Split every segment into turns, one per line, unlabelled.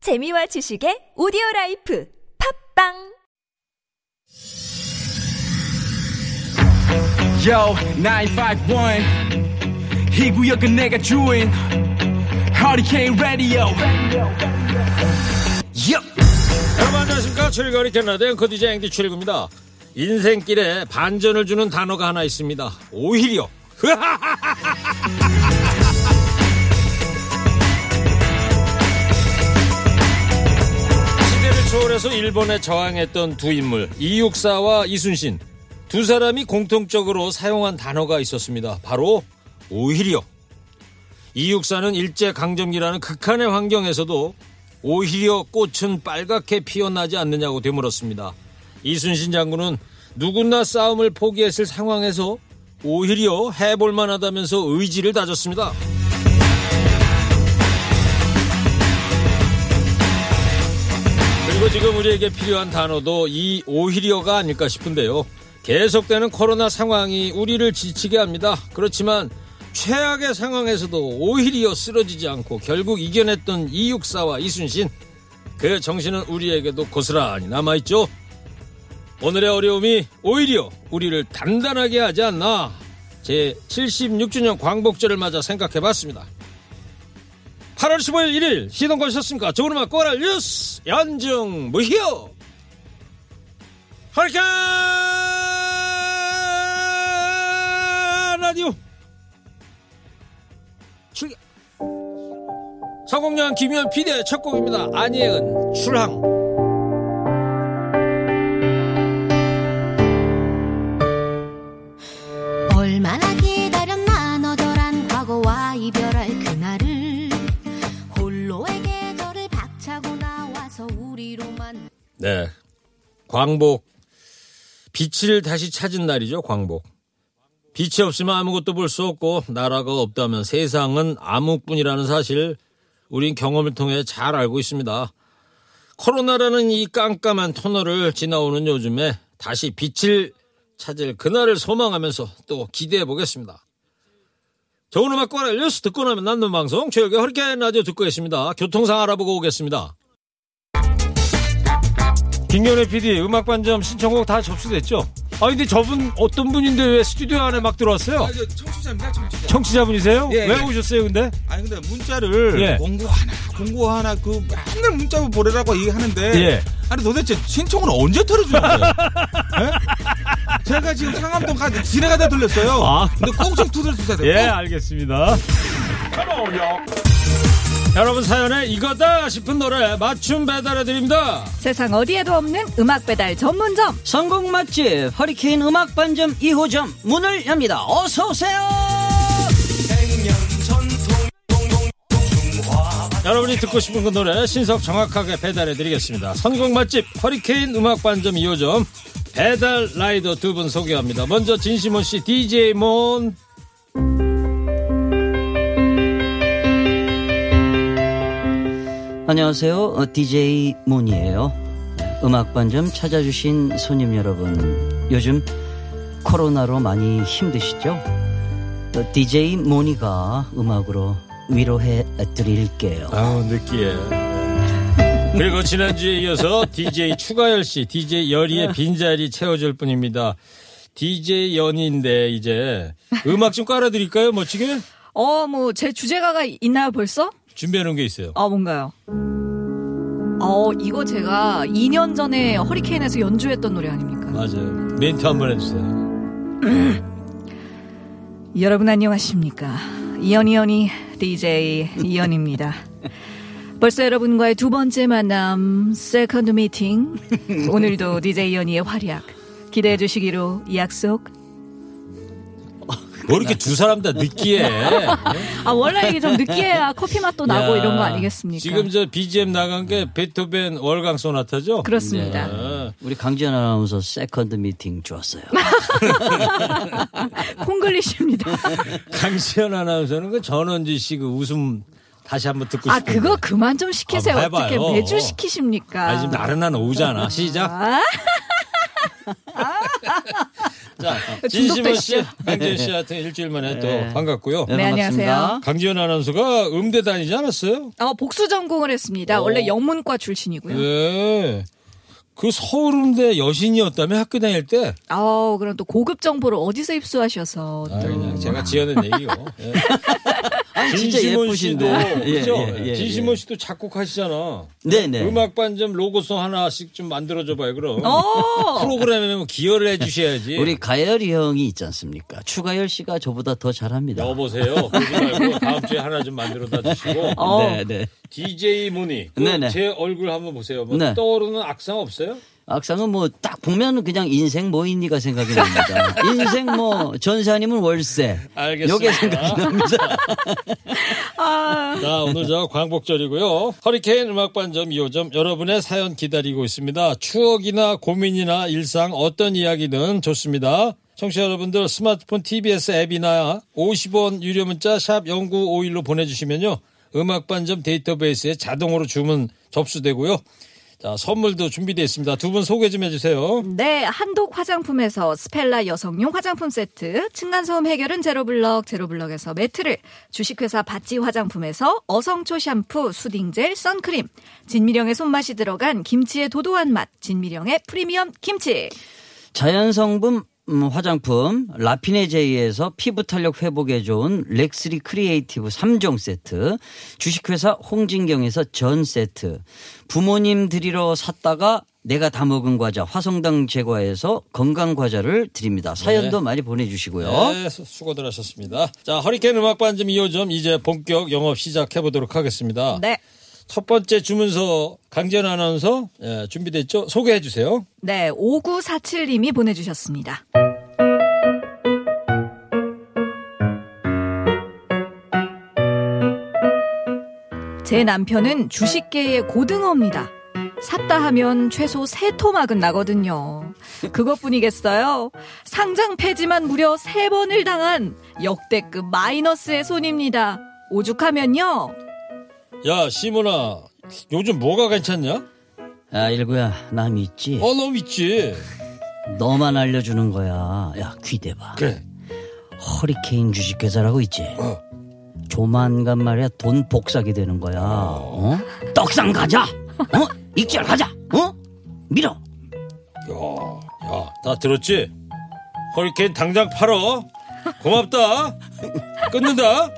재미와 지식의 오디오 라이프 팝빵
Yo, 951. 이 구역은 내가 주인. Hurricane Radio. Yup.
여러분 안녕하십니까 출거리 캐나다 앵커 DJ 앵디 출구입니다 인생길에 반전을 주는 단어가 하나 있습니다 오히려 시대를 초월해서 일본에 저항했던 두 인물 이육사와 이순신 두 사람이 공통적으로 사용한 단어가 있었습니다 바로 오히려 이육사는 일제 강점기라는 극한의 환경에서도 오히려 꽃은 빨갛게 피어나지 않느냐고 되물었습니다. 이순신 장군은 누구나 싸움을 포기했을 상황에서 오히려 해볼 만하다면서 의지를 다졌습니다. 그리고 지금 우리에게 필요한 단어도 이 오히려가 아닐까 싶은데요. 계속되는 코로나 상황이 우리를 지치게 합니다. 그렇지만 최악의 상황에서도 오히려 쓰러지지 않고 결국 이겨냈던 이육사와 이순신 그 정신은 우리에게도 고스란히 남아있죠. 오늘의 어려움이 오히려 우리를 단단하게 하지 않나 제 76주년 광복절을 맞아 생각해봤습니다. 8월 15일 1일 시동 거셨습니까? 좋은 음악 꼬랄 뉴스 연중 무휴 헐카 라디오 출격 성공연 김현 PD의 첫 곡입니다. 안예은 출항
얼마나 기다렸나 너더란 과거와 이별할 그날을 홀로의 계절을 박차고 나와서 우리로만
네. 광복. 빛을 다시 찾은 날이죠, 광복. 빛이 없으면 아무것도 볼 수 없고, 나라가 없다면 세상은 암흑뿐이라는 사실, 우린 경험을 통해 잘 알고 있습니다. 코로나라는 이 깜깜한 터널을 지나오는 요즘에 다시 빛을 찾을 그날을 소망하면서 또 기대해 보겠습니다. 좋은 음악 과라 뉴스 듣고 나면 남는 방송, 최혁의 허리케인 라디오 듣고 계십니다. 교통상 알아보고 오겠습니다. 김경래 PD 음악 반점 신청곡 다 접수됐죠? 아 근데 저분 어떤 분인데 왜 스튜디오 안에 막 들어왔어요?
아, 저 청취자입니다, 청취자.
청취자분이세요?
예,
왜
예.
오셨어요 근데?
아니 근데 문자를
예.
공고 하나, 공고 하나 그 맨날 문자로 보내라고 얘기하는데
예.
아니 도대체 신청은 언제 털어주는 거예요? 예? 제가 지금 상암동 가 지나가다 들렸어요.
아.
근데 꼭좀 두드려주세요.
예
꼭.
알겠습니다 여러분 사연에 이거다 싶은 노래 맞춤 배달해드립니다
세상 어디에도 없는 음악 배달 전문점
성공 맛집 허리케인 음악 반점 2호점 문을 엽니다. 어서 오세요.
여러분이 듣고 싶은 그 노래 신속 정확하게 배달해드리겠습니다 선곡 맛집 허리케인 음악 반점 2호점 배달 라이더 두 분 소개합니다 먼저 진시몬씨 DJ몬
안녕하세요. 어, DJ 몬이에요. 네, 음악 반점 찾아주신 손님 여러분. 요즘 코로나로 많이 힘드시죠? 어, DJ 몬이가 음악으로 위로해 드릴게요.
아우 느끼해. 그리고 지난주에 이어서 DJ 추가열 씨, DJ 열이의 빈자리 채워줄 뿐입니다. DJ 연인데 이제 음악 좀 깔아드릴까요? 멋지게
어 뭐 제 주제가가 있나요 벌써?
준비해놓은 게 있어요.
아 뭔가요? 어 이거 제가 2년 전에 허리케인에서 연주했던 노래 아닙니까?
맞아요. 멘트 한번 해주세요.
여러분 안녕하십니까 이연이연이 DJ 이연입니다 벌써 여러분과의 두 번째 만남 세컨드 미팅 오늘도 DJ 이연이의 활약 기대해 주시기로 약속
뭐 이렇게 두 사람 다 느끼해.
아 원래 이게 좀 느끼해야 커피 맛도 나고
야,
이런 거 아니겠습니까?
지금 저 BGM 나간 게 베토벤 월강 소나타죠?
그렇습니다
아,
우리 강지연 아나운서 세컨드 미팅 좋았어요.
콩글리시입니다.
강시현 아나운서는 그 전원지 씨 그 웃음 다시 한번 듣고
아,
싶은데.
그거 그만 좀 시키세요.
한번 해봐요.
어떻게 매주 시키십니까? 아.
아, 지금 나른한 오후잖아. 시작. 자, 진심원
중독돼
씨, 강지현 씨한테 일주일 만에
네.
또 반갑고요.
네, 안녕하세요.
강지현 아나운서가 음대 다니지 않았어요?
아, 복수 전공을 했습니다.
오.
원래 영문과 출신이고요.
네. 그 서울음대 여신이었다며 학교 다닐 때.
아우, 그럼 또 고급 정보를 어디서 입수하셔서
아,
또.
그냥 제가 지어낸 얘기요. 예.
뭐. 진짜
아, 진심원 씨도
예쁘신데.
그죠?
예, 예, 예,
진심원
예.
씨도 작곡하시잖아.
네네.
음악 반점 로고송 하나씩 좀 만들어줘 봐요. 그럼
어!
프로그램에 뭐 기여를 해주셔야지.
우리 가열이 형이 있지 않습니까? 추가열 씨가 저보다 더 잘합니다.
여보세요. 그러지 말고 다음 주에 하나 좀 만들어다 주시고.
어.
네, 네.
DJ 문희. 그
네네.
제 얼굴 한번 보세요. 뭐
네.
떠오르는 악상 없어요?
악상은 뭐 딱 보면 그냥 인생 뭐입니까 생각이 납니다. 인생 뭐 전사님은 월세.
알겠습니다.
요게 생각이 납니다.
아.
자, 오늘 저 광복절이고요. 허리케인 음악반점 2호점 여러분의 사연 기다리고 있습니다. 추억이나 고민이나 일상 어떤 이야기든 좋습니다. 청취자 여러분들 스마트폰 TBS 앱이나 50원 유료 문자 샵 0951로 보내주시면요. 음악반점 데이터베이스에 자동으로 주문 접수되고요. 자, 선물도 준비되어 있습니다. 두 분 소개 좀 해주세요.
네, 한독 화장품에서 스펠라 여성용 화장품 세트, 층간소음 해결은 제로블럭, 제로블럭에서 매트를, 주식회사 바찌 화장품에서 어성초 샴푸, 수딩젤, 선크림, 진미령의 손맛이 들어간 김치의 도도한 맛, 진미령의 프리미엄 김치.
자연성분 음, 화장품 라피네제이에서 피부 탄력 회복에 좋은 렉스리 크리에이티브 3종 세트 주식회사 홍진경에서 전 세트 부모님 드리러 샀다가 내가 다 먹은 과자 화성당 제과에서 건강 과자를 드립니다. 사연도 많이 보내주시고요.
네, 수- 수고들 하셨습니다. 자, 허리케인 음악반점 2호점 이제 본격 영업 시작해 보도록 하겠습니다.
네.
첫 번째 주문서 강지연 아나운서 예, 준비됐죠? 소개해 주세요.
네, 5947님이 보내주셨습니다. 제 남편은 주식계의 고등어입니다. 샀다 하면 최소 세토막은 나거든요. 그것뿐이겠어요. 상장 폐지만 무려 세번을 당한 역대급 마이너스의 손입니다. 오죽하면요.
야 시모나 요즘 뭐가 괜찮냐?
아 일구야 난 있지.
어 너 있지.
너만 알려주는 거야. 야 귀대봐.
그래.
허리케인 주식회사라고 있지. 조만간 말이야 돈 복사기 되는 거야. 어? 떡상 가자. 어? 익절 가자. 어? 밀어.
아, 야야다 들었지? 허리케인 당장 팔어. 고맙다. 끊는다.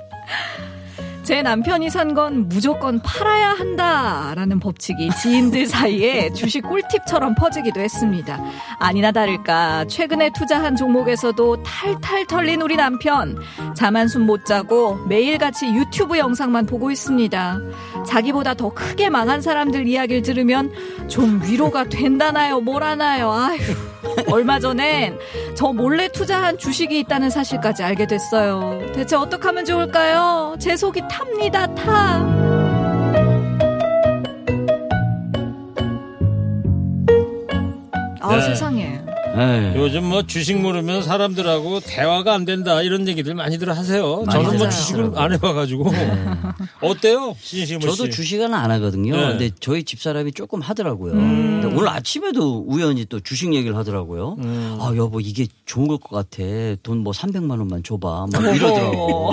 제 남편이 산 건 무조건 팔아야 한다라는 법칙이 지인들 사이에 주식 꿀팁처럼 퍼지기도 했습니다. 아니나 다를까 최근에 투자한 종목에서도 탈탈 털린 우리 남편 자만숨 못 자고 매일같이 유튜브 영상만 보고 있습니다. 자기보다 더 크게 망한 사람들 이야기를 들으면 좀 위로가 된다나요 뭐라나요 아휴 얼마 전엔 저 몰래 투자한 주식이 있다는 사실까지 알게 됐어요. 대체 어떻게 하면 좋을까요? 제 속이 탑니다, 타. 아,
네.
세상에.
네.
요즘 뭐 주식 모르면 사람들하고 대화가 안 된다 이런 얘기들 많이들 하세요.
많이 네.
저는 뭐
하잖아요.
주식을 안 해봐가지고 어때요, 신시모 씨?
저도 주식은 안 하거든요.
네. 음.
근데 저희 집사람이 조금 하더라고요. 근데 오늘 아침에도 우연히 또 주식 얘기를 하더라고요.
음.
아 여보 이게 좋은 것 같아. 돈 뭐 300만 원만 줘봐. 막 아, 이러더라고.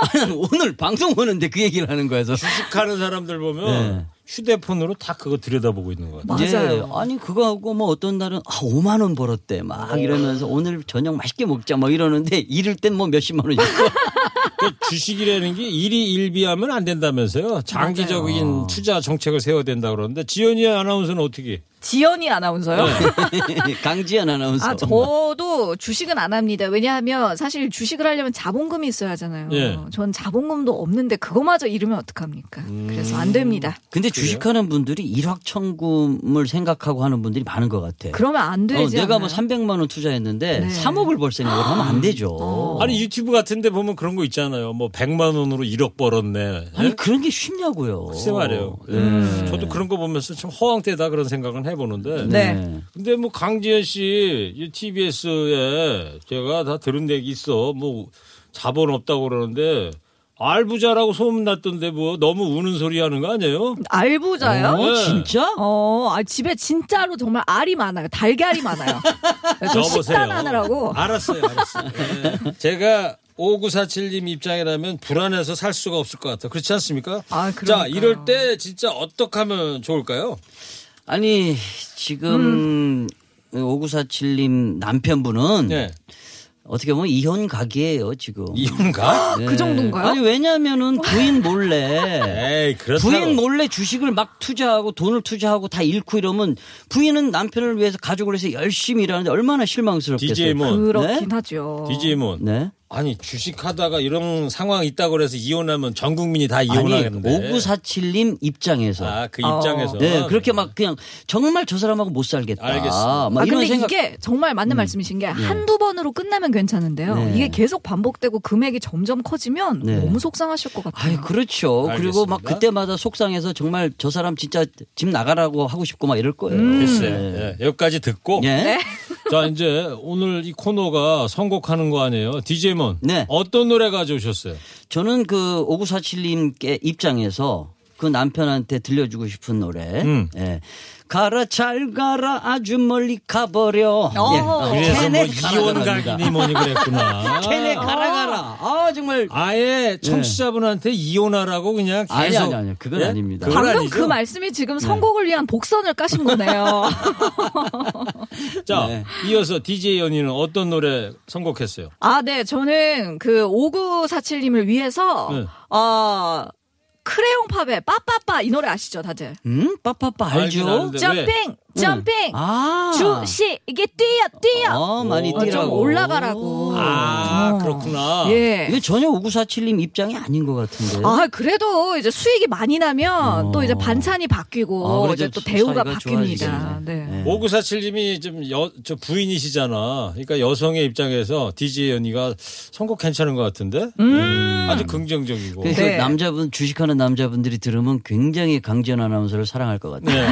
아니, 난 오늘 방송 보는데 그 얘기를 하는 거야. 그래서
주식하는 사람들 보면
네.
휴대폰으로 다 그거 들여다보고 있는 것 같아요.
맞아요.
예, 아니 그거하고 뭐 어떤 날은 아 5만 원 벌었대 막 이러면서 오늘 저녁 맛있게 먹자 막 이러는데 이럴 땐 뭐 몇십만 원 있고
그 주식이라는 게 일이 일비하면 안 된다면서요. 장기적인 투자 정책을 세워야 된다 그러는데 지연이 아나운서는 어떻게?
지연이 아나운서요?
네, 강지연 아나운서.
아, 저도 주식은 안 합니다. 왜냐하면 사실 주식을 하려면 자본금이 있어야 하잖아요.
예.
전 자본금도 없는데 그거마저 잃으면 어떡합니까? 그래서 안 됩니다.
근데 주식하는 분들이 일확천금을 생각하고 하는 분들이 많은 것 같아.
그러면 안
어,
되지.
내가
않나요?
뭐 300만 원 투자했는데
네. 아. 어.
3억을 벌 생각을 하면 안 되죠.
아니 유튜브 같은데 보면 그런 거 있잖아요. 뭐 100만 원으로 1억 벌었네. 예?
아니, 예, 어, 그런 게 쉽냐고요.
글쎄 말이에요. 예. 저도 그런 거 보면서 참 허황되다 그런 생각은 해보는데.
네.
근데 뭐 강지현 씨 TBS에 제가 다 들은 얘기 있어. 뭐 자본 없다고 그러는데 알부자라고 소문났던데 뭐 너무 우는 소리 하는 거 아니에요?
알부자요?
어,
네.
진짜?
어, 아, 집에 진짜로 정말 알이 많아요. 달걀이 많아요. 저 식단 하느라고. 아,
알았어요, 알았어요. 예. 제가 5947님 입장이라면 불안해서 살 수가 없을 것 같아요. 그렇지 않습니까?
아,
자,
그러니까요.
이럴 때 진짜 어떻게 하면 좋을까요?
아니 지금
음.
5947님 남편분은
예.
어떻게 보면 이혼 각이에요 지금.
이혼가?
네.
그 정도인가요?
아니 왜냐면은 부인 몰래
에이, 그렇다고.
부인 뭐- 몰래 주식을 막 투자하고 돈을 투자하고 다 잃고 이러면 부인은 남편을 위해서 가족을 위해서 열심히 일하는데 얼마나 실망스럽겠어요.
DJ 몬.
그렇긴 하죠.
DJ 몬.
네.
아니, 주식하다가 이런 상황이 있다고 그래서 이혼하면 전 국민이 다
아니
이혼하겠는데.
5947님 입장에서
아, 그
어.
입장에서.
네, 그렇게 막 그냥 정말 저 사람하고 못 살겠다.
알겠습니다.
막
아,
이런
근데
생각. 음.
이게 정말 맞는 말씀이신 게 한두 번으로 끝나면 괜찮은데요.
네.
이게 계속 반복되고 금액이 점점 커지면
네.
너무 속상하실 것 같아요.
아이 그렇죠. 그리고 막
알겠습니다.
그때마다 속상해서 정말 저 사람 진짜 집 나가라고 하고 싶고 막 이럴 거예요.
음.
글쎄, 예, 여기까지 듣고.
예.
네.
자, 이제 오늘 이 코너가 선곡하는 거 아니에요? DJ몬.
네.
어떤 노래 가져오셨어요?
저는 그 5947님께 입장에서 그 남편한테 들려주고 싶은 노래.
음.
예. 가라 잘 가라 아주 멀리 가버려.
어.
예.
그래서 뭐 아.
걔네 가라
이혼
그럽니다.
각이니 뭐니 그랬구나.
걔네 가라 가라. 아 정말.
아예 청취자분한테 이혼하라고 그냥 계속. 예?
아니, 아니, 아니, 그건 아닙니다.
그건
방금
아니죠?
그 말씀이
네.
지금 선곡을 위한 복선을 까신 거네요.
자,
네.
이어서 DJ 연희는 어떤 노래 선곡했어요?
아, 네. 저는 그 5947님을 위해서, 어, 크레용팝의 빠빠빠 이 노래 아시죠, 다들?
음 빠빠빠
알긴
알죠. 음.
아는데. 네, 왜?
점핑! 점핑!
아.
주식! 이게 뛰어! 뛰어!
어 많이
어,
뛰라고.
좀 올라가라고.
아,
어.
그렇구나.
예.
이게 전혀 5947님 입장이 아닌 것 같은데.
아, 그래도 이제 수익이 많이 나면
어.
또 이제 반찬이 바뀌고
아, 그래,
이제
좀
또
사이가
대우가 바뀝니다.
좋아지겠네.
네.
5947님이 좀 여, 저 부인이시잖아. 그러니까 여성의 입장에서 DJ 연희가 선곡 괜찮은 것 같은데?
음.
아주 긍정적이고.
그래서
네.
남자분 주식하는 남자분들이 들으면 굉장히 강지연 아나운서를 사랑할 것 같아요.
네.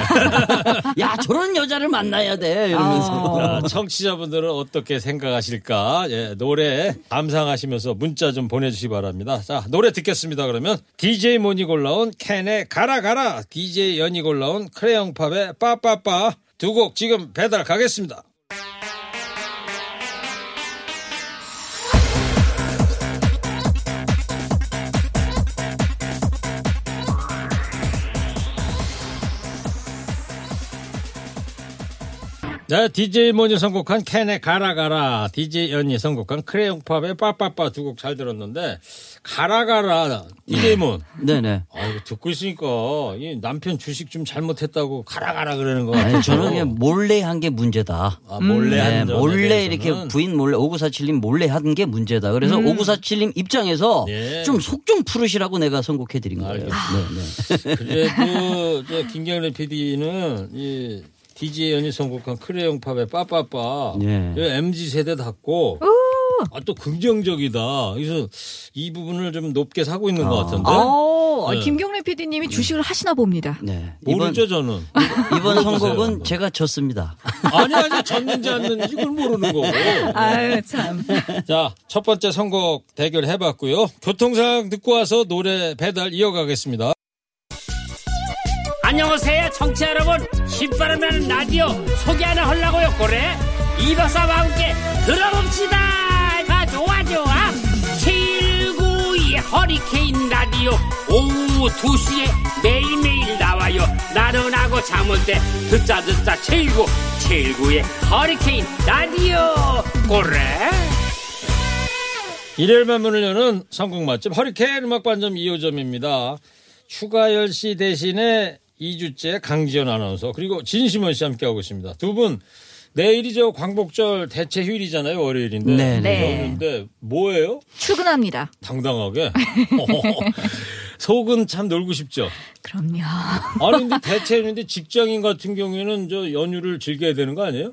야 저런 여자를 만나야 돼 이러면서.
자, 청취자분들은 어떻게 생각하실까? 예, 노래 감상하시면서 문자 좀 보내주시기 바랍니다. 자, 노래 듣겠습니다. 그러면 DJ 모니 골라온 캔의 가라 가라, DJ 연이 골라온 크레용팝의 빠빠빠 두 곡 지금 배달 가겠습니다. 네, DJ 모니 선곡한 캔의 가라 가라, DJ 연이 선곡한 크레용팝의 빠빠빠 두 곡 잘 들었는데 가라 가라, DJ 몬.
네네.
아, 이거 듣고 있으니까 이 남편 주식 좀 잘못했다고 가라 가라 그러는 거 같아요.
아니, 저는 그냥 몰래 한 게 문제다.
아, 몰래
네,
한 점에
몰래
대해서는.
이렇게 부인 몰래 5947님 몰래 한 게 문제다. 그래서
음.
5947님 입장에서
예.
좀 속 좀 푸르시라고 내가 선곡해 드린 거예요. 네, 네.
그래도 이제 김경래 PD는 이 DJ 연이 선곡한 크레용팝의 빠빠빠
예.
이 MZ 세대답고 아, 또 긍정적이다. 그래서 이 부분을 좀 높게 사고 있는
아.
것 같은데
어,
네.
김경래 PD님이 주식을 하시나 봅니다.
아.
네. 이번
모르죠 네. 저는.
이번
한번.
선곡은 제가 졌습니다.
아니 아니 졌는지 안 졌는지 이걸 모르는 거고.
아유, 참.
네.
자 첫 번째 선곡 대결 해봤고요. 교통상 듣고 와서 노래 배달 이어가겠습니다.
안녕하세요 청취자 여러분 신바람 나는 라디오 소개 하나 하려고요 고래 이박사와 함께 들어봅시다 아 좋아 좋아 792 허리케인 라디오 오후 2시에 매일매일 나와요 나른하고 잠올때 듣자 듣자 7구 7구의 허리케인 라디오 고래
일요일만 문을 여는 성국 맛집 허리케인 음악반점 2호점입니다. 추가열 씨 대신에 2주째 강지연 아나운서 그리고 진심원 씨 함께하고 있습니다. 두 분 내일이 저 광복절 대체 휴일이잖아요. 월요일인데.
네,
네.
그런데 뭐예요?
출근합니다.
당당하게. 속은 참 놀고 싶죠.
그럼요.
아니 근데 대체 휴일인데 직장인 같은 경우에는 저 연휴를 즐겨야 되는 거 아니에요?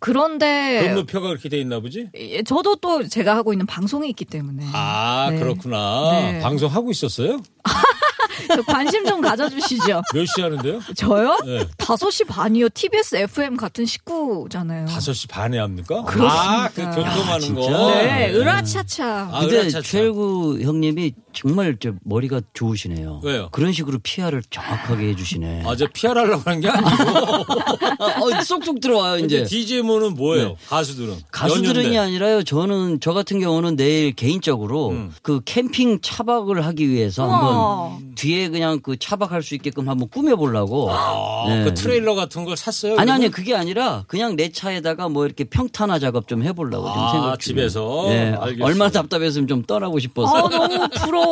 그런데
근무표가 그렇게 돼 있나 보지?
예, 저도 또 제가 하고 있는 방송이 있기 때문에
아
네.
그렇구나.
네.
방송 하고 있었어요?
저 관심 좀 가져주시죠.
몇 시 하는데요?
저요?
네.
5시 반이요. TBS FM 같은 식구 오잖아요.
5시 반에 합니까?
그렇습니다.
아, 그 교통하는
아,
거.
진짜?
네, 으라차차.
아,
근데
으라차차.
최일구 형님이 정말 저 머리가 좋으시네요.
왜요?
그런 식으로 피아를 정확하게 해주시네.
아, 저 PR 하려고 하는 게 아니고.
어, 쏙쏙 들어와요
이제
이제. 네.
DJ모는 뭐예요? 가수들은.
가수들은이
연휴인데.
아니라요. 저는 저 같은 경우는 내일 개인적으로
음.
그 캠핑 차박을 하기 위해서 한번 뒤에 그냥 그 차박할 수 있게끔 한번 꾸며보려고.
아,
네.
그 트레일러 같은 걸 샀어요?
아니 아니
그러면?
그게 아니라 그냥 내 차에다가 뭐 이렇게 평탄화 작업 좀 해보려고
아,
좀 생각 중이에요.
집에서?
예.
알겠어요.
얼마나 답답했으면 좀 떠나고
아,
싶어서
너무 부러워요.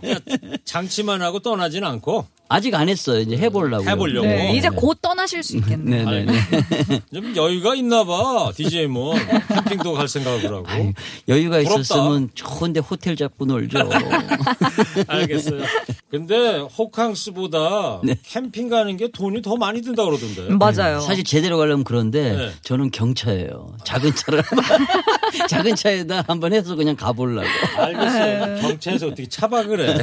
그
장치만 하고 떠나진 않고.
아직 안 했어요. 이제 해보려고.
해보려고.
네, 이제 곧 떠나실 수 있겠네요.
네네네.
좀 여유가 있나 봐. DJ모. 캠핑도 갈 생각을 하고.
아유, 여유가
부럽다.
있었으면 좋은데 호텔 잡고 놀죠. 그
알겠어요. 근데 호캉스보다
네.
캠핑 가는 게 돈이 더 많이 든다 그러던데. 요
음,
맞아요.
사실 제대로 가려면 그런데
네. 저는
저는 경차예요. 작은 차를 작은 차에다 한번 해서 그냥 가보려고.
알겠어요. 경찰에서 어떻게 차박을 해.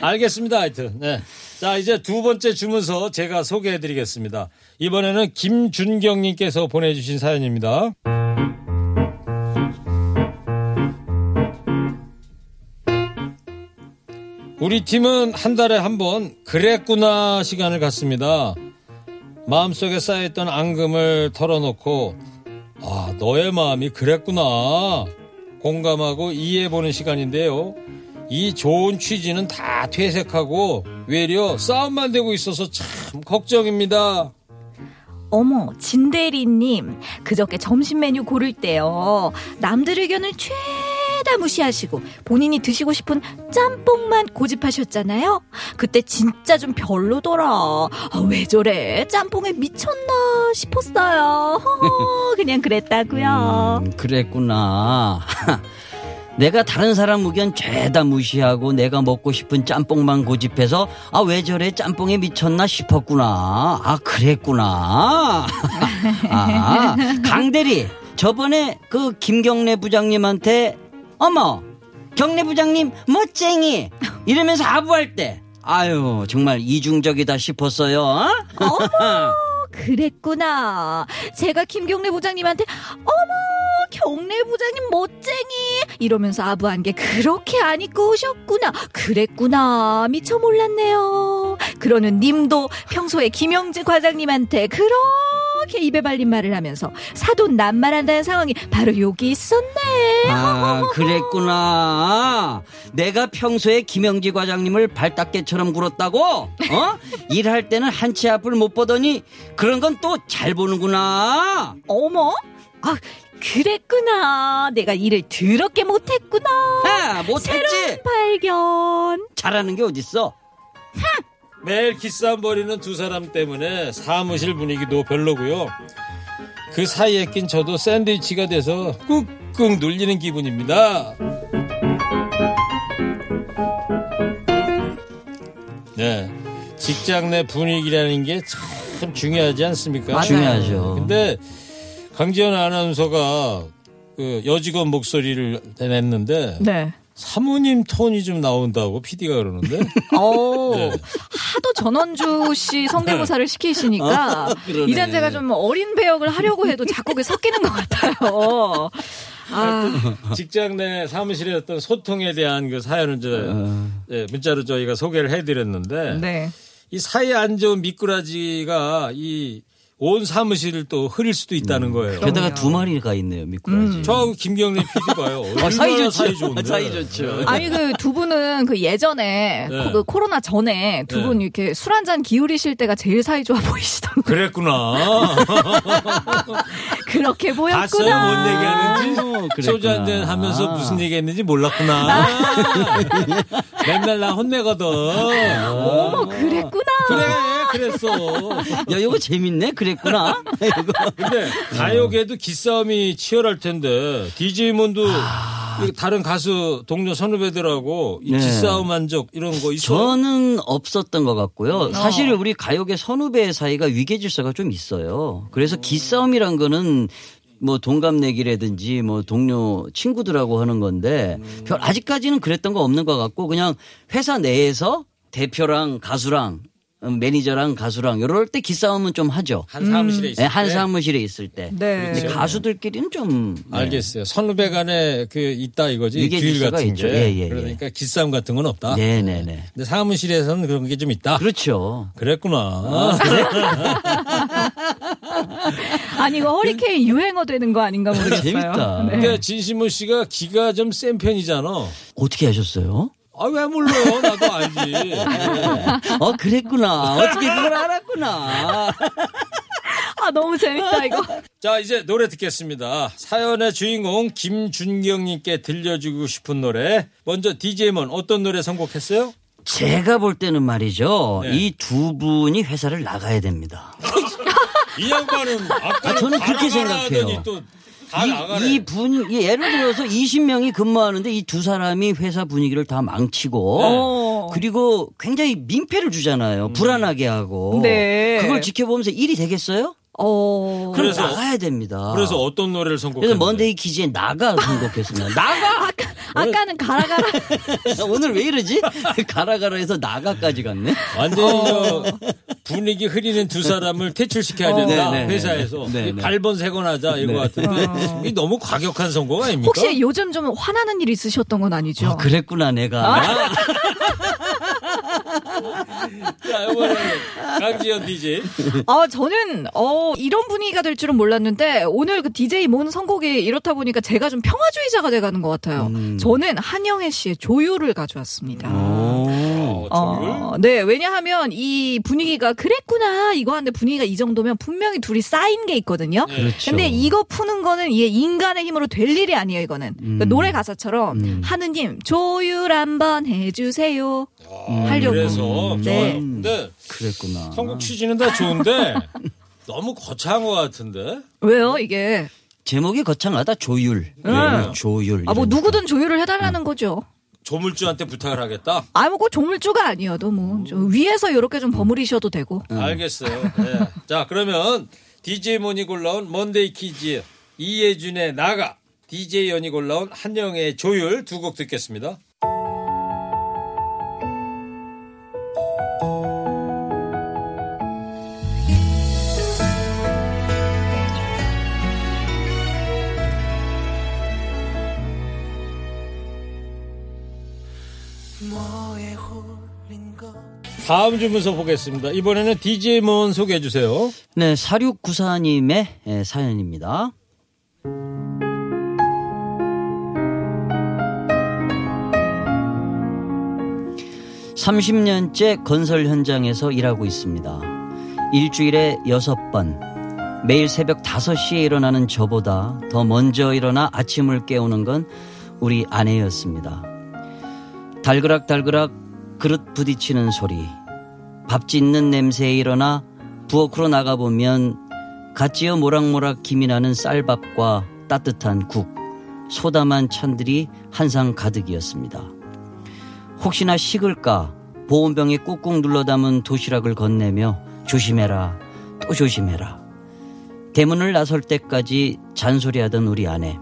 알겠습니다. 하여튼. 네. 자, 이제 두 번째 주문서 제가 소개해 드리겠습니다. 이번에는 김준경님께서 보내주신 사연입니다. 우리 팀은 한 달에 한 번 그랬구나 시간을 갖습니다. 마음속에 쌓여있던 앙금을 털어놓고 아, 너의 마음이 그랬구나. 공감하고 이해해보는 시간인데요. 이 좋은 취지는 다 퇴색하고 외려 싸움만 되고 있어서 참 걱정입니다.
어머, 진대리님. 그저께 점심 메뉴 고를 때요. 남들 의견을 죄다 무시하시고 본인이 드시고 싶은 짬뽕만 고집하셨잖아요. 그때 진짜 좀 별로더라. 아, 왜 저래? 짬뽕에 미쳤나 싶었어요. 허허, 그냥
음.
그랬다고요.
그랬구나. 내가 다른 사람 의견 죄다 무시하고 내가 먹고 싶은 짬뽕만 고집해서 아 왜 저래 짬뽕에 미쳤나 싶었구나. 아 그랬구나. 아 강대리 저번에 그 김경래 부장님한테 어머 경례 부장님 멋쟁이 이러면서 아부할 때 아유 정말 이중적이다 싶었어요. 어?
그랬구나. 제가 김경래 부장님한테 어머 경래 부장님 멋쟁이 이러면서 아부한 게 그렇게 안 입고 오셨구나. 그랬구나. 미처 몰랐네요. 그러는 님도 평소에 김영재 과장님한테 그렇게 입에 발린 말을 하면서 사돈 남말한다는 상황이 바로 여기 있었네.
아, 그랬구나. 내가 평소에 김영지 과장님을 발닦개처럼 굴었다고? 어? 일할 때는 한치 앞을 못 보더니 그런 건 또 잘 보는구나.
어머. 아 그랬구나. 내가 일을 더럽게 못했구나.
아,
새로운
못했지?
발견.
잘하는 게 어딨어?
매일 기싸움 벌이는 두 사람 때문에 사무실 분위기도 별로고요. 그 사이에 낀 저도 샌드위치가 돼서 꾹꾹 눌리는 기분입니다. 네. 직장 내 분위기라는 게 참 중요하지 않습니까?
중요하죠.
근데 강지현 아나운서가 그 여직원 목소리를 냈는데
네.
사모님 톤이 좀 나온다고 PD가 그러는데
어
네.
하도 전원주 씨 성대모사를 시키시니까
아,
이젠 제가 좀 어린 배역을 하려고 해도 자꾸 그게 섞이는 것 같아요. 아,
직장 내 사무실의 어떤 소통에 대한 그 사연을 이제
네.
예, 문자로 저희가 소개를 해드렸는데
네.
이 사이 안 좋은 미꾸라지가 이 온 사무실을 또 흐릴 수도
음.
있다는 거예요.
게다가 두 마리가 있네요, 미꾸라지. 음,
저하고 김경래 PD가요.
아, 어, 사이좋죠.
사이 좋은데.
사이좋죠.
아니 그 두 분은 그 예전에
네.
코- 그 코로나 전에 두
네.
분 이렇게 술 한 잔 기울이실 때가 제일 사이 좋아 보이시던 데
그랬구나.
그렇게
봤어요.
보였구나.
뭔 얘기하는지.
어, 그랬구나.
소주 한 잔 하면서 무슨 얘기했는지 몰랐구나. 아. 맨날 나 혼내거든.
아.
어머 그랬구나.
그래, 그랬어.
야, 이거 재밌네? 그랬구나.
근데 가요계도 기싸움이 치열할 텐데 디지몬도 다른 가수 동료 선후배들하고 이
아. 네.
기싸움 한 적 이런 거 있어?
저는 없었던 것 같고요. 사실 우리 가요계 선후배 사이가 위계 질서가 좀 있어요. 그래서 기싸움이란 거는 뭐 동갑내기라든지 뭐 동료 친구들하고 하는 건데 별 아직까지는 그랬던 거 없는 것 같고 그냥 회사 내에서 대표랑 가수랑 음, 매니저랑 가수랑 이럴 때 기싸움은 좀 하죠.
한 사무실에 있을
네, 한
때?
사무실에 있을 때.
네.
근데
그렇죠.
가수들끼리는 좀 네.
알겠어요. 선후배 간에 그 있다 이거지.
이게
규율
있어가
같은
있죠.
게.
예, 예, 예.
그러니까 기싸움 같은 건 없다.
네, 네, 네.
근데 사무실에서는 그런 게 좀 있다.
그렇죠.
그랬구나.
아니 이거 허리케인 유행어 되는 거 아닌가 모르겠어요.
재밌다.
네.
근데 진심호 씨가 기가 좀 센 편이잖아.
어떻게 하셨어요?
아 왜 몰라요? 나도 알지. 네.
어, 그랬구나. 어떻게 그걸 알았구나.
아 너무 재밌다 이거.
자 이제 노래 듣겠습니다. 사연의 주인공 김준경님께 들려주고 싶은 노래. 먼저 DJ먼 어떤 노래 선곡했어요?
제가 볼 때는 말이죠.
네.
이 두 분이 회사를 나가야 됩니다.
이 양반은 아까
아, 저는 그렇게 생각해요.
또다 나가네.
이, 이 분, 이 예를 들어서 20명이 근무하는데 이 두 사람이 회사 분위기를 다 망치고
네.
그리고 굉장히 민폐를 주잖아요.
음.
불안하게 하고.
네.
그걸 지켜보면서 일이 되겠어요?
어.
그럼
그래서-
나가야 됩니다.
아. 그래서 어떤 노래를
그래서
선곡했어요?
먼데이 기지에 나가 선곡했습니다. 나가!
아까는 가라 가라.
오늘 왜 이러지? 가라 가라 해서 나가까지 갔네.
완전히
어.
저 분위기 흐리는 두 사람을 퇴출시켜야 된다
네, 네,
회사에서
네, 아. 네.
이 발본 세건하자 이거 같은데 이 너무 과격한 선거 아닙니까?
혹시 요즘 좀 화나는 일 있으셨던 건 아니죠?
아, 그랬구나 내가.
아. 자, 이번에 강지현 DJ
아, 저는, 어, 이런 분위기가 될 줄은 몰랐는데, 오늘 그 DJ 몬 선곡이 이렇다 보니까 제가 좀 평화주의자가 돼가는 것 같아요. 저는 한영애 씨의 조율을 가져왔습니다.
음.
아.
어,
어, 네, 왜냐하면 이 분위기가 그랬구나 이거 하는데 분위기가 이 정도면 분명히 둘이 쌓인 게 있거든요.
네.
그렇죠.
근데 이거 푸는 거는 이게 인간의 힘으로 될 일이 아니에요, 이거는.
음.
그러니까 노래 가사처럼 하느님 조율 한번 해주세요. 하려고.
아, 그래서
음.
네.
저 근데
그랬구나.
선곡 취지는 다 좋은데 너무 거창한 것 같은데
왜요, 이게?
제목이 거창하다 조율.
네.
조율.
아, 뭐
이런
누구든 조율을
음.
해달라는 거죠.
조물주한테 부탁을 하겠다.
아, 뭐, 꼭 조물주가 아니어도
음.
뭐, 좀 위에서 이렇게 좀 버무리셔도 되고.
알겠어요. 예. 자 그러면 DJ 모니 골라온 먼데이 키즈 이예준의 나가 DJ 연이 골라온 한영의 조율 두 곡 듣겠습니다. 다음 주문서 보겠습니다. 이번에는 DJ 몬 소개해 주세요.
네, 4694님의 예, 사연입니다. (30년째) 건설 현장에서 일하고 있습니다 일주일에 여섯 번 매일 새벽 5시에 일어나는 저보다 더 먼저 일어나 아침을 깨우는 건 우리 아내였습니다 달그락달그락 그릇 부딪히는 소리 밥 짓는 냄새에 일어나 부엌으로 나가보면 갓 지어 모락모락 김이 나는 쌀밥과 따뜻한 국, 소담한 찬들이 한상 가득이었습니다. 혹시나 식을까 보온병에 꾹꾹 눌러 담은 도시락을 건네며 조심해라, 또 조심해라. 대문을 나설 때까지 잔소리하던 우리 아내.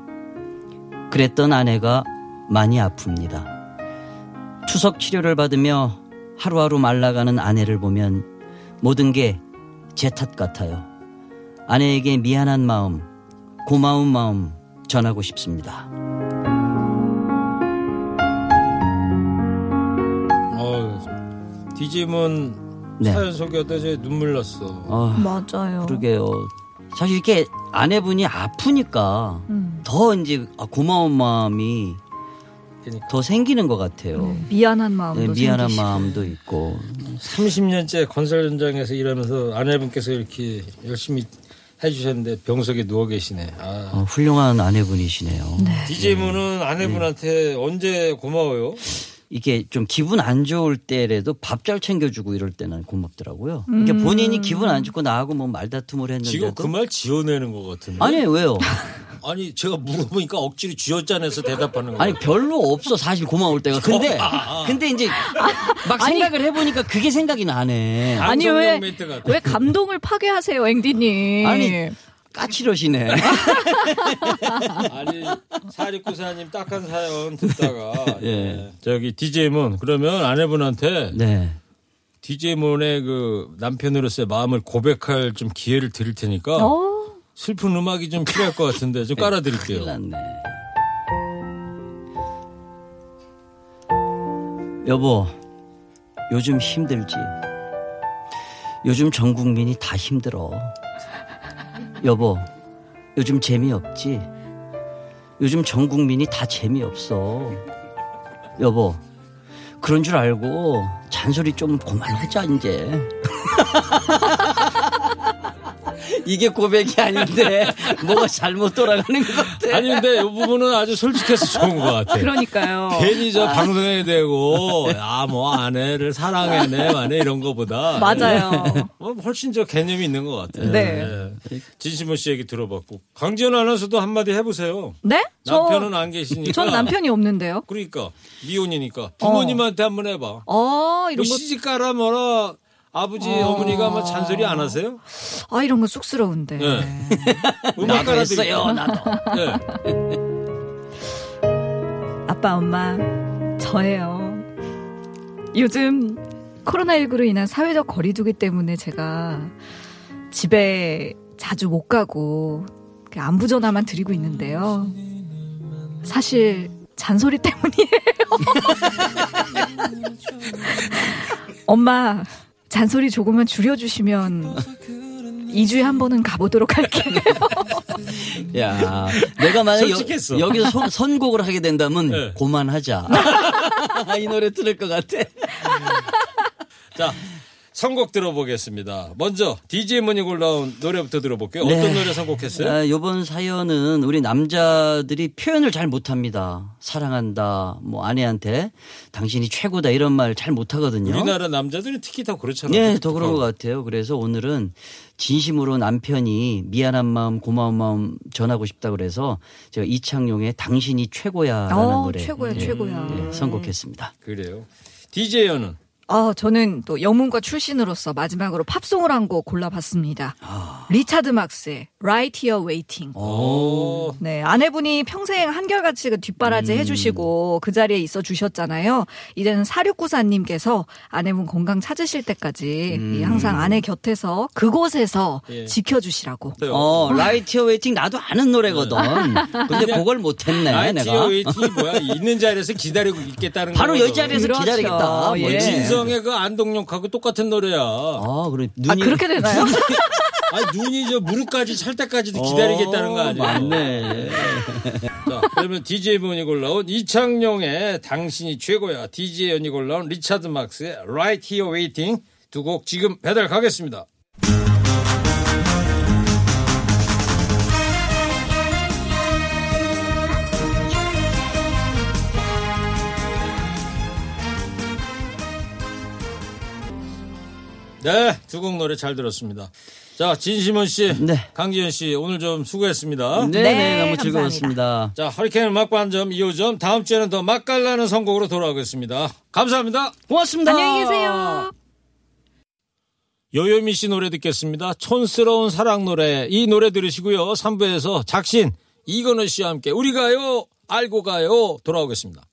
그랬던 아내가 많이 아픕니다. 추석 치료를 받으며 하루하루 말라가는 아내를 보면 모든 게 제 탓 같아요. 아내에게 미안한 마음, 고마운 마음 전하고 싶습니다.
어, DJ 몬
네.
사연 소개하다 제 눈물 났어.
아,
맞아요.
그러게요. 사실 이렇게 아내분이 아프니까 더 이제 아, 고마운 마음이 더 생기는 것 같아요.
미안한 마음도
네, 미안한
생기시고.
마음도 있고.
30년째 건설 현장에서 일하면서 아내분께서 이렇게 열심히 해주셨는데 병석에 누워 계시네. 아. 음.
어, 훌륭한 아내분이시네요.
DJ 문은 아내분한테 언제 고마워요?
이게 좀 기분 안 좋을 때라도 밥 잘 챙겨주고 이럴 때는 고맙더라고요. 이게 본인이 기분 안 좋고 나하고 뭐 말다툼을
지금
했는데도
그 말 지어내는 것 같은데.
아니 왜요?
아니, 제가 물어보니까 억지로 쥐어짜내서 대답하는 거예요.
아니 별로 없어 사실 고마울 때가 근데
아.
근데 이제 막 생각을 해보니까 그게 생각이 나네
아니,
방송용
왜,
멘트 같아.
왜 감동을 파괴하세요, 앵디님.
아니 까칠하시네
아니 4694님 딱한 사연 듣다가 네.
예.
예. 저기 DJ문 그러면 아내분한테
네
DJ 문의 그 남편으로서의 마음을 고백할 좀 기회를 드릴 테니까
어,
슬픈 음악이 좀 필요할 것 같은데 좀
큰일
깔아드릴게요.
났네. 여보, 요즘 힘들지? 요즘 전 국민이 다 힘들어. 여보, 요즘 재미없지? 요즘 전 국민이 다 재미없어. 여보, 그런 줄 알고 잔소리 좀 그만하자, 이제. 이게 고백이 아닌데 뭐가 잘못 돌아가는 것 같아.
아니 근데 이 부분은 아주 솔직해서 좋은 것 같아. 요
그러니까요.
괜히 저 방송에 대고 아 뭐 아내를 사랑해 내 아내 이런 거보다
맞아요.
뭐 훨씬 저 개념이 있는 것 같아요.
네.
예. 진심원 씨 얘기 들어봤고 강지연 아나운서도 한마디 해보세요.
네?
남편은 안 계시니까.
전 남편이 없는데요.
그러니까 미혼이니까 부모님한테 한번 해봐.
어,
뭐
이런
그
거,
시집 가라 뭐라 아버지 어... 머니가막 잔소리 안 하세요?
아, 이런 거 쑥스러운데.
네.
예. 음악
나도
깔아드릴게요.
했어요, 나도.
예.
아빠, 엄마, 저예요. 요즘 코로나19로 인한 사회적 거리두기 때문에 제가 집에 자주 못 가고 그 안부 전화만 드리고 있는데요. 사실 잔소리 때문이에요. 엄마, 잔소리 조금만 줄여주시면 2주에 한 번은 가보도록 할게요.
야, 내가 만약
솔직했어.
여, 여기서 선- 선곡을 하게 된다면
네.
고만하자. 이 노래 들을 것 같아.
자, 선곡 들어보겠습니다. 먼저 DJ 문이 골라온 노래부터 들어볼게요.
네.
어떤 노래 선곡했어요?
아, 요번 사연은 우리 남자들이 표현을 잘 못합니다. 사랑한다, 뭐 아내한테 당신이 최고다 이런 말 잘 못하거든요.
우리나라 남자들은 특히 더 그렇잖아요.
네, 더 그런 것 같아요. 그래서 오늘은 진심으로 남편이 미안한 마음, 고마운 마음 전하고 싶다 그래서 제가 이창용의 당신이 최고야라는
어,
노래
최고야,
예,
최고야.
예, 선곡했습니다.
그래요. DJ연은
아, 저는 또 영문과 출신으로서 마지막으로 팝송을 한 곡 골라봤습니다. 리차드 막스의 Right Here Waiting.
어.
어.
오.
네, 아내분이 평생 한결같이 그 뒷바라지 해주시고 그 자리에 있어 주셨잖아요. 이제는 4694님께서 아내분 건강 찾으실 때까지 이 항상 아내 곁에서 그곳에서
예.
지켜주시라고.
어, 라이티어 웨이팅 나도 아는 노래거든. 근데 그걸 못했네,
아이티어
내가.
웨이팅이 뭐야? 있는 자리에서 기다리고 있겠다는 거.
바로 여 자리에서
그렇죠.
기다리겠다. 뭐
예.
이런.
진성의 그 안동역하고 똑같은 노래야.
아, 그래. 눈이.
아, 그렇게 되나요?
아니 눈이 저 무릎까지 찰 때까지도 기다리겠다는 거 아니에요?
어, 맞네.
자, 그러면 DJ 분이 골라온 이창용의 당신이 최고야. DJ 연이 골라온 리차드 막스의 Right Here Waiting 두 곡 지금 배달 가겠습니다. 네, 두 곡 노래 잘 들었습니다. 자, 진심원 씨,
네.
강지현 씨, 오늘 좀 수고했습니다.
네, 네, 너무
감사합니다.
즐거웠습니다.
자, 허리케인 음악 반점 2호점 다음 주에는 더 맛깔나는 선곡으로 돌아오겠습니다. 감사합니다.
고맙습니다.
안녕히 계세요.
요요미 씨 노래 듣겠습니다. 촌스러운 사랑 노래. 이 노래 들으시고요. 3부에서 작신 이건우 씨와 함께 우리 가요 알고 가요 돌아오겠습니다.